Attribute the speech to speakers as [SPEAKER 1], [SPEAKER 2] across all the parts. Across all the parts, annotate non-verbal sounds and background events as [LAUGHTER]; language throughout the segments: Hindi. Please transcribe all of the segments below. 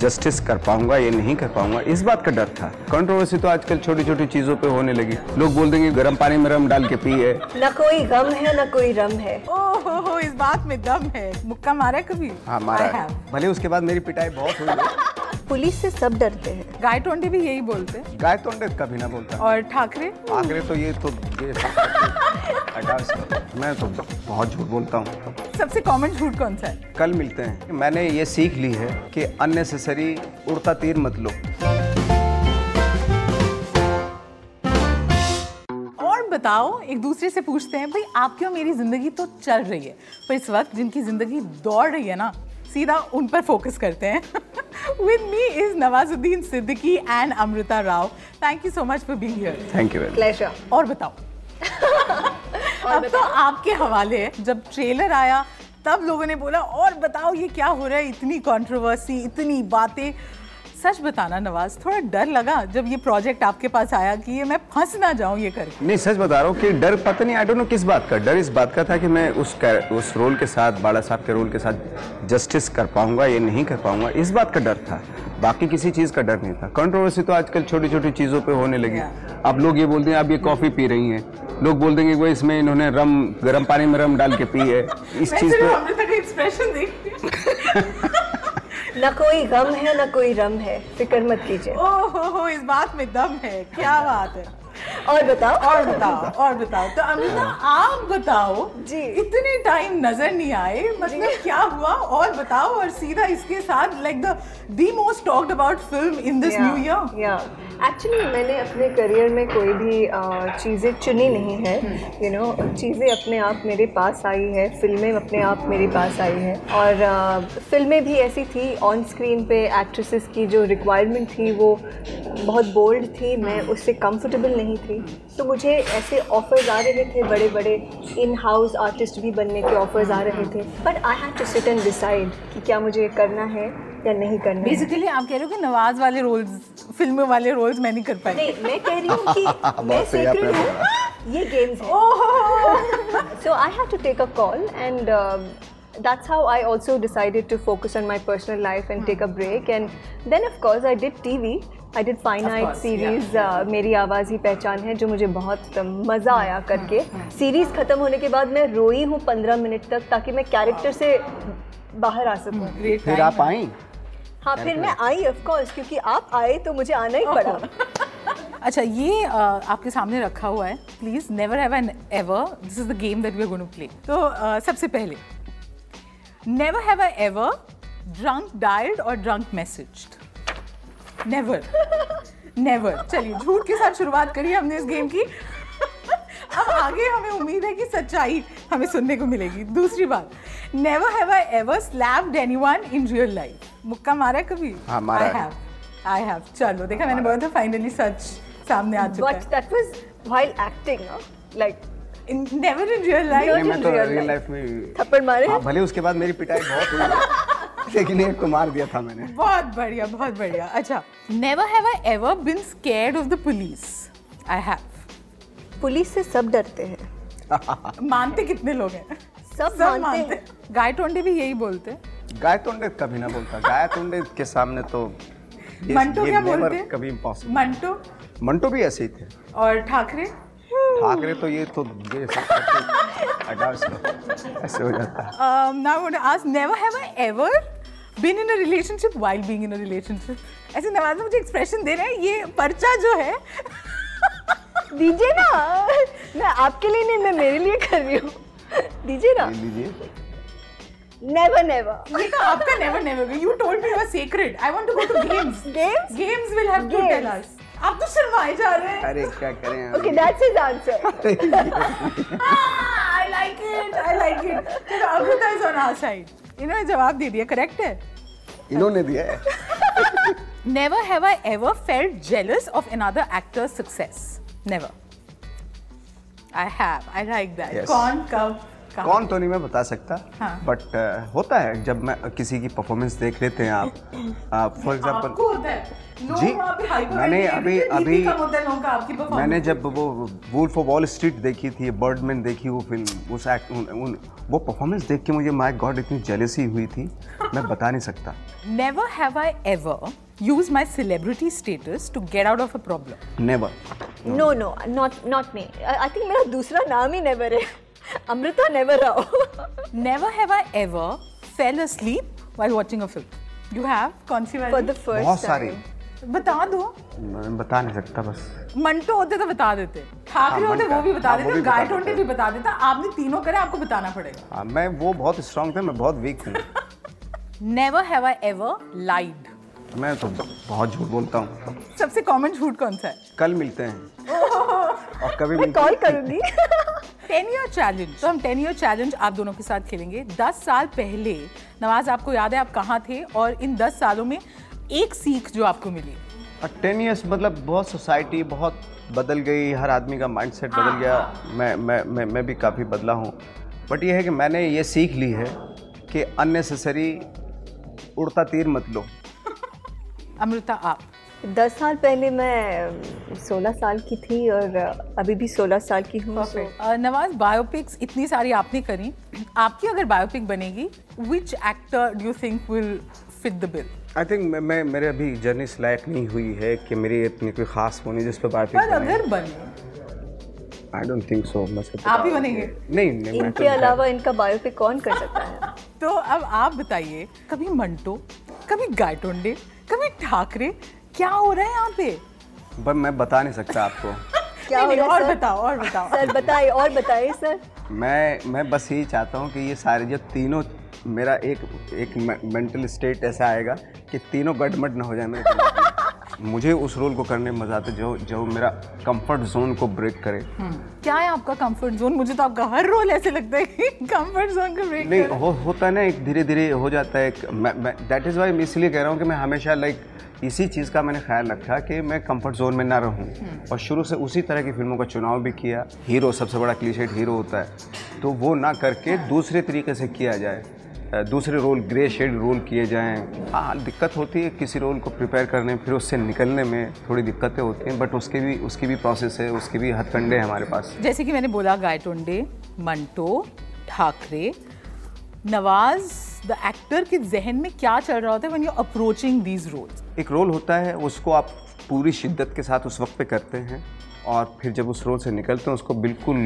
[SPEAKER 1] जस्टिस कर पाऊंगा ये नहीं कर पाऊंगा इस बात का डर था कंट्रोवर्सी तो आजकल छोटी छोटी चीजों पे होने लगी लोग बोल देंगे गर्म पानी में रम डाल के पिए
[SPEAKER 2] न कोई गम है न कोई रम है
[SPEAKER 3] ओ हो हो इस बात में दम है मुक्का मारा है कभी
[SPEAKER 1] हाँ मारा
[SPEAKER 3] I
[SPEAKER 1] है
[SPEAKER 3] have.
[SPEAKER 1] भले उसके बाद मेरी पिटाई बहुत हुई है।
[SPEAKER 2] पुलिस से सब डरते हैं
[SPEAKER 3] गाय टोंडे भी यही बोलते हैं
[SPEAKER 1] गाय तो अंडे कभी ना बोलता
[SPEAKER 3] और ठाकरे
[SPEAKER 1] आखिर तो ये तो ये मैं तो बहुत झूठ बोलता हूँ
[SPEAKER 3] सबसे कॉमन झूठ कौन सा है
[SPEAKER 1] कल मिलते हैं मैंने ये सीख ली है कि अननेसेसरी उड़ता तीर मत लो
[SPEAKER 3] और बताओ एक दूसरे से पूछते हैं भाई आपकी और मेरी जिंदगी तो चल रही है पर इस वक्त जिनकी जिंदगी दौड़ रही है ना सीधा उन पर फोकस करते हैं [LAUGHS] with me is Nawazuddin Siddiqui and Amrita Rao thank you so much for being here
[SPEAKER 1] thank you very
[SPEAKER 2] pleasure
[SPEAKER 3] और बताओ अब तो आपके हवाले है जब ट्रेलर आया तब लोगों ने बोला और बताओ ये क्या हो रहा है इतनी कंट्रोवर्सी इतनी बातें सच बताना नवाज थोड़ा डर लगा जब ये प्रोजेक्ट आपके पास आया कि ये मैं फंस ना जाऊं ये करके
[SPEAKER 1] नहीं सच बता रहा हूँ कि डर पता नहीं आई डोंट नो किस बात का डर इस बात का था कि मैं उस कैर- उस रोल के साथ बाला साहब के रोल के साथ जस्टिस कर पाऊंगा या नहीं कर पाऊंगा इस बात का डर था बाकी किसी चीज़ का डर नहीं था कंट्रोवर्सी तो आजकल छोटी छोटी चीज़ों पे होने लगी
[SPEAKER 3] Yeah.
[SPEAKER 1] अब लोग ये बोलते हैं आप ये कॉफ़ी पी रही हैं लोग बोल देंगे वो इसमें इन्होंने रम गर्म पानी में रम डाल के पी है इस
[SPEAKER 3] मैं
[SPEAKER 1] चीज़
[SPEAKER 3] सिर्फ
[SPEAKER 1] पे
[SPEAKER 3] अमृता का एक्सप्रेशन देख
[SPEAKER 2] न कोई गम है न कोई रम है फिक्र मत कीजिए
[SPEAKER 3] ओ हो हो इस बात में दम है क्या बात है
[SPEAKER 2] और बताओ
[SPEAKER 3] और बताओ और बताओ तो अमृता आप बताओ
[SPEAKER 2] जी।
[SPEAKER 3] इतने टाइम नजर नहीं आए मतलब क्या हुआ और बताओ और सीधा इसके साथ like the the most talked about film in this new year
[SPEAKER 2] या एक्चुअली मैंने अपने करियर में कोई भी अ, चीज़ें चुनी नहीं है यू नो चीज़ें अपने आप मेरे पास आई है फिल्में अपने आप मेरे पास आई है और अ, फिल्में भी ऐसी थी ऑन स्क्रीन पे एक्ट्रेसेस की जो रिक्वायरमेंट थी वो बहुत बोल्ड थी मैं उससे कंफर्टेबल नहीं थी तो मुझे ऐसे ऑफर्स आ रहे थे बड़े बड़े इन हाउस आर्टिस्ट भी बनने के ऑफर्स आ रहे थे but I had to sit and decide कि क्या मुझे करना है या नहीं करना है
[SPEAKER 3] बेसिकली आप कह रहे हो कि नवाज वाले रोल्स फिल्मों वाले रोल्स मैं नहीं कर पाई
[SPEAKER 2] नहीं मैं कह रही हूँ
[SPEAKER 1] [LAUGHS]
[SPEAKER 2] कि मैं
[SPEAKER 1] बहुत सही
[SPEAKER 2] सीख
[SPEAKER 1] आपने
[SPEAKER 2] रही हूँ ये गेम्स है
[SPEAKER 3] oh
[SPEAKER 2] so I had to take a call, and um, that's how I also decided to focus on my personal life and take a
[SPEAKER 3] Hmm.
[SPEAKER 2] break. And then, of course, I did TV. I did finite
[SPEAKER 3] course,
[SPEAKER 2] series. Uh, मेरी आवाज़ ही पहचान है जो मुझे बहुत uh, मज़ा
[SPEAKER 3] Hmm,
[SPEAKER 2] आया करके सीरीज ख़त्म होने के बाद मैं रोई हूँ पंद्रह मिनट तक ताकि मैं कैरेक्टर से बाहर आ सकूँ
[SPEAKER 3] Hmm,
[SPEAKER 1] फिर आप आई
[SPEAKER 2] हाँ फिर मैं आई ऑफ कोर्स क्योंकि आप आए तो मुझे आना ही पड़ा
[SPEAKER 3] अच्छा ये अ, आपके सामने रखा हुआ है please never have an ever this is the game that we are going to play तो अ, सबसे पहले never have I ever drunk dialled और ड्रंक मैसेज्ड नेवर नेवर चलिए झूठ के साथ शुरुआत करी हमने इस गेम की अब आगे हमें उम्मीद है कि सच्चाई हमें सुनने को मिलेगी दूसरी बात never have I ever slapped anyone in real life मुक्का मारा है कभी
[SPEAKER 1] हाँ, मारा
[SPEAKER 3] I
[SPEAKER 1] है।
[SPEAKER 3] have. आई हैव चलो देखा मैंने बोला था फाइनली सच सामने आ चुका
[SPEAKER 2] but that was while acting like
[SPEAKER 3] है never in real
[SPEAKER 2] Real-
[SPEAKER 3] life
[SPEAKER 1] मैं तो
[SPEAKER 2] Real
[SPEAKER 1] रियल
[SPEAKER 2] life.
[SPEAKER 1] लाइफ में
[SPEAKER 2] थप्पड़ मारे
[SPEAKER 1] हाँ भले उसके बाद मेरी पिटाई बहुत हुई है। लेकिन एक को मार दिया था मैंने
[SPEAKER 3] बहुत बढ़िया बहुत बढ़िया अच्छा never have I ever been scared of the police I have
[SPEAKER 2] police से सब डरते हैं
[SPEAKER 3] मानते कितने लोग हैं
[SPEAKER 2] सब
[SPEAKER 3] सब
[SPEAKER 2] मानते
[SPEAKER 3] मानते
[SPEAKER 2] हैं
[SPEAKER 3] गाय टोंडे भी यही बोलते हैं
[SPEAKER 1] गाय तोंडे कभी ना बोलता गाय तोंडे के सामने तो ये-
[SPEAKER 3] मंटो
[SPEAKER 1] ये
[SPEAKER 3] क्या
[SPEAKER 1] never
[SPEAKER 3] बोलते हैं?
[SPEAKER 1] कभी impossible।
[SPEAKER 3] मंटो
[SPEAKER 1] मंटो भी ऐसे ही थे
[SPEAKER 3] और ठाकरे
[SPEAKER 1] ठाकरे तो ये तो ये सब करके हटा इसको। ऐसे हो जाता है
[SPEAKER 3] now want to ask never have I ever been in a relationship while being in a relationship ऐसे नवाज मुझे एक्सप्रेशन दे रहे हैं ये पर्चा जो है
[SPEAKER 2] दीजिए ना मैं आपके लिए नहीं मैं मेरे लिए कर रही हूँ दीजिए ना
[SPEAKER 1] ये लीजिए
[SPEAKER 2] नेवर नेवर
[SPEAKER 3] ये तो आपका never never you told me you are secret I want to go to games
[SPEAKER 2] Games?
[SPEAKER 3] Games will have to tell
[SPEAKER 2] Games.
[SPEAKER 3] Us आप तो शर्माए जा रहे हैं
[SPEAKER 1] अरे क्या करें हम?
[SPEAKER 2] Okay that's his answer
[SPEAKER 3] I like it I like it चलो Amrita is on our side इन्होंने जवाब दे दिया करेक्ट है
[SPEAKER 1] इन्होंने दिया है
[SPEAKER 3] Never have I ever felt jealous of another actor's success. Never. I have. I like that.
[SPEAKER 1] Yes.
[SPEAKER 3] कौन कब कहाँ?
[SPEAKER 1] कौन तो नहीं मैं बता सकता
[SPEAKER 3] हाँ।
[SPEAKER 1] बट होता है जब मैं किसी की परफॉर्मेंस देख लेते हैं आप आप फॉर एग्जांपल
[SPEAKER 3] आपको होता है लोग
[SPEAKER 1] जी,
[SPEAKER 3] वहाँ पे hyper
[SPEAKER 1] मैंने
[SPEAKER 3] ventilated,
[SPEAKER 1] अभी-
[SPEAKER 3] BP
[SPEAKER 1] अभी-
[SPEAKER 3] कम होता है लोगों का आपकी performance
[SPEAKER 1] मैंने जब वो वुल्फ ऑफ वॉल स्ट्रीट देखी थी बर्डमैन देखी वो फिल्म उस एक्ट उन, उन वो परफॉर्मेंस देख के मुझे माय गॉड इतनी जेलेसी हुई थी मैं बता नहीं सकता
[SPEAKER 3] Never have I ever used my celebrity status to get out of a problem.
[SPEAKER 1] Never
[SPEAKER 2] no no not not me I think मेरा दूसरा नाम ही नेवर है अमृता नेवर आओ
[SPEAKER 3] Never have I ever fell asleep while watching a film. You have? कौन सी
[SPEAKER 2] फॉर
[SPEAKER 3] वाली?
[SPEAKER 2] द
[SPEAKER 1] बहुत
[SPEAKER 2] फर्स्ट
[SPEAKER 1] सारे
[SPEAKER 2] टाइम
[SPEAKER 3] बता दो.
[SPEAKER 1] मैं बता नहीं सकता बस
[SPEAKER 3] मन तो होते तो बता देते
[SPEAKER 1] हाँ,
[SPEAKER 3] ठाकरे
[SPEAKER 1] मन
[SPEAKER 3] होते वो
[SPEAKER 1] का-
[SPEAKER 3] भी बता
[SPEAKER 1] हाँ, वो
[SPEAKER 3] देते
[SPEAKER 1] भी बता
[SPEAKER 3] गाय टोंटे
[SPEAKER 1] देते।
[SPEAKER 3] भी बता देता आपने तीनों करे आपको बताना पड़ेगा
[SPEAKER 1] हाँ, मैं वो बहुत स्ट्रांग थे मैं बहुत वीक हूँ
[SPEAKER 3] never have I ever lied
[SPEAKER 1] मैं तो बहुत झूठ बोलता हूँ
[SPEAKER 3] सबसे कॉमन झूठ कौन सा है
[SPEAKER 1] कल मिलते हैं और कभी
[SPEAKER 2] मैं
[SPEAKER 1] मिलते
[SPEAKER 2] कॉल करूंगी
[SPEAKER 3] टेन ईयर चैलेंज तो हम टेन ईयर चैलेंज आप दोनों के साथ खेलेंगे दस साल पहले नवाज आपको याद है आप कहाँ थे और इन दस सालों में एक सीख जो आपको मिली
[SPEAKER 1] और टेन ईयर्स मतलब बहुत सोसाइटी बहुत बदल गई हर आदमी का माइंडसेट बदल गया मैं मैं मैं मैं भी काफ़ी बदला हूँ बट यह है कि मैंने ये सीख ली है कि अननेसेसरी उड़ता तीर मत लो
[SPEAKER 3] अमृता आप
[SPEAKER 2] दस साल पहले मैं सोलह साल की थी और अभी भी सोलह साल की हूँ so-
[SPEAKER 3] अ, नवाज बायोपिक्स इतनी सारी आपने करी आपकी अगर बायोपिक बनेगी which actor do you think will fit the bill
[SPEAKER 1] I think मैं, मैं मेरे अभी जर्नी इस लायक नहीं हुई है कि मेरी इतनी कोई खास होनी जिस पर बात
[SPEAKER 3] पर अगर बने
[SPEAKER 1] आई डोंट थिंक सो मैं सब
[SPEAKER 3] आप ही बनेंगे
[SPEAKER 1] नहीं नहीं मैं
[SPEAKER 2] इनके
[SPEAKER 1] तो-
[SPEAKER 2] अलावा इनका बायोपिक कौन कर सकता है
[SPEAKER 3] तो अब आप बताइए कभी मंटो कभी गायटोंडे कभी ठाकरे क्या हो रहा है यहाँ पे
[SPEAKER 1] पर मैं बता नहीं सकता आपको
[SPEAKER 2] क्या
[SPEAKER 3] नहीं,
[SPEAKER 2] हो
[SPEAKER 3] नहीं,
[SPEAKER 2] रहा है,
[SPEAKER 3] और
[SPEAKER 2] सर?
[SPEAKER 3] बताओ और बताओ
[SPEAKER 2] [LAUGHS] सर बताइए और बताइए सर
[SPEAKER 1] मैं मैं बस यही चाहता हूँ कि ये सारे जो तीनों मेरा एक एक मेंटल स्टेट ऐसा आएगा कि तीनों गटमट ना हो जाए मेरे दिमाग में। मुझे उस रोल को करने में मजा आता है जो जो मेरा कंफर्ट जोन को ब्रेक करे
[SPEAKER 3] क्या है आपका कंफर्ट जोन मुझे तो आपका हर रोल ऐसे लगता है कंफर्ट जोन का ब्रेक
[SPEAKER 1] नहीं हो होता है ना एक धीरे धीरे हो जाता है एक दैट इज़ वाई मैं इसलिए कह रहा हूँ कि मैं हमेशा लाइक इसी चीज़ का मैंने ख्याल रखा कि मैं कंफर्ट जोन में ना रहूं और शुरू से उसी तरह की फिल्मों का चुनाव भी किया हीरो सबसे बड़ा क्लीशेड हीरो होता है तो वो ना करके दूसरे तरीके से किया जाए अ, दूसरे रोल ग्रे शेड रोल किए जाएं हाँ दिक्कत होती है किसी रोल को प्रिपेयर करने में फिर उससे निकलने में थोड़ी दिक्कतें होती हैं बट उसके भी उसकी भी प्रोसेस है उसके भी हथकंडे हैं हमारे पास
[SPEAKER 3] जैसे कि मैंने बोला गायटोंडे मंटो ठाकरे नवाज द एक्टर के जहन में क्या चल रहा होता है when you approaching these roles
[SPEAKER 1] एक रोल होता है उसको आप पूरी शिद्दत के साथ उस वक्त पे करते हैं और फिर जब उस रोल से निकलते हैं उसको बिल्कुल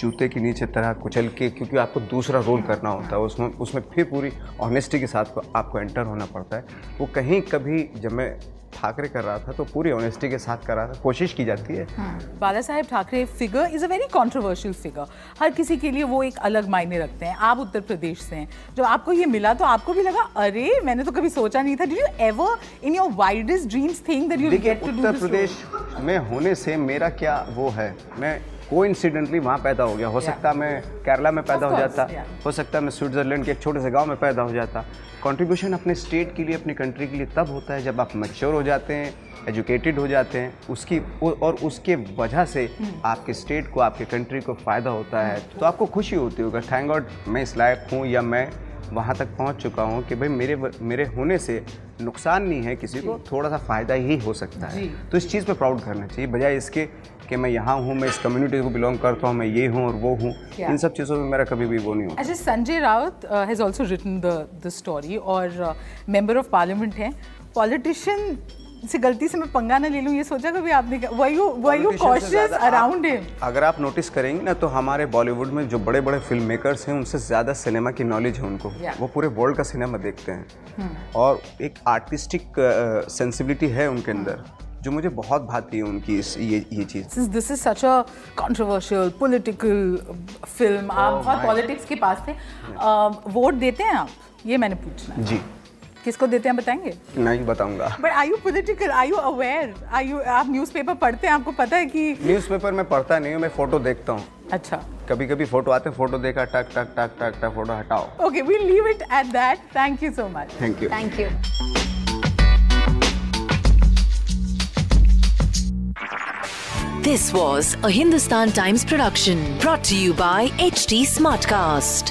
[SPEAKER 1] जूते के नीचे तरह कुचल के क्योंकि आपको दूसरा रोल करना होता है उसमें उसमें फिर पूरी ऑनेस्टी के साथ को- आपको एंटर होना पड़ता है वो कहीं कभी जब मैं ठाकरे कर रहा था तो पूरी ऑनेस्टी के साथ कर रहा था कोशिश की जाती है
[SPEAKER 3] Hmm. Bala Saheb Thackeray figure is a very controversial figure हर किसी के लिए वो एक अलग मायने रखते हैं आप उत्तर प्रदेश से हैं जब आपको ये मिला तो आपको भी लगा अरे मैंने तो कभी सोचा नहीं था did you ever in your widest dreams thing that you
[SPEAKER 1] देखिए
[SPEAKER 3] get to do
[SPEAKER 1] Uttar Pradesh में होने से मेरा क्या वो है मैं को इंसिडेंटली वहाँ पैदा हो गया हो सकता मैं केरला में पैदा
[SPEAKER 3] Of
[SPEAKER 1] हो
[SPEAKER 3] course,
[SPEAKER 1] जाता
[SPEAKER 3] yeah.
[SPEAKER 1] हो सकता मैं स्विट्जरलैंड के एक छोटे से गांव में पैदा हो जाता कंट्रीब्यूशन अपने स्टेट के लिए अपनी कंट्री के लिए तब होता है जब आप मैच्योर हो जाते हैं एजुकेटेड हो जाते हैं उसकी उ- और उसके वजह से आपके स्टेट को आपके कंट्री को फ़ायदा होता है तो आपको खुशी होती होगा थैंक गॉड मैं इस लायक हूँ या मैं वहाँ तक पहुँच चुका हूँ कि भाई मेरे मेरे होने से नुकसान नहीं है किसी को थोड़ा सा फ़ायदा ही हो सकता है तो इस चीज़ पे प्राउड करना चाहिए बजाय इसके कि मैं यहाँ हूँ मैं इस कम्युनिटी को बिलोंग करता हूँ मैं ये हूँ और वो हूँ इन सब चीज़ों में मेरा कभी भी वो नहीं होता
[SPEAKER 3] अच्छा Sanjay Raut has also written the the story और uh, मेंबर ऑफ पार्लियामेंट हैं पॉलिटिशियन से गलती से मैं पंगा ना ले लूँ ये सोचा कभी आपने why you why you
[SPEAKER 1] Politician से
[SPEAKER 3] कॉशियस
[SPEAKER 1] ज्यादा आप-
[SPEAKER 3] अराउंड हिम
[SPEAKER 1] अगर आप नोटिस करेंगे ना तो हमारे बॉलीवुड में जो बड़े बड़े फिल्म मेकर्स हैं उनसे ज़्यादा सिनेमा की नॉलेज है उनको
[SPEAKER 3] Yeah.
[SPEAKER 1] वो पूरे वर्ल्ड का सिनेमा देखते हैं और एक आर्टिस्टिक सेंसिबिलिटी uh, है उनके अंदर जो मुझे बहुत भाती है उनकी इस ये ये चीज़
[SPEAKER 3] since this is such a controversial political uh, film आप बहुत पॉलिटिक्स के पास थे वोट देते हैं आप ये मैंने पूछना है
[SPEAKER 1] जी
[SPEAKER 3] किसको देते हैं बताएंगे
[SPEAKER 1] नहीं बताऊंगा
[SPEAKER 3] but are you political are you aware are you आप न्यूज़पेपर पढ़ते हैं आपको पता है कि
[SPEAKER 1] न्यूज़पेपर में पढ़ता नहीं हूँ मैं फ़ोटो देखता हूँ
[SPEAKER 3] अच्छा
[SPEAKER 1] कभी कभी फोटो आते फोटो देखा टक टक टक टक टक फोटो हटाओ
[SPEAKER 3] okay we leave it at that thank you so much
[SPEAKER 1] thank you
[SPEAKER 2] thank you
[SPEAKER 4] This was a Hindustan Times production brought to you by HT Smartcast.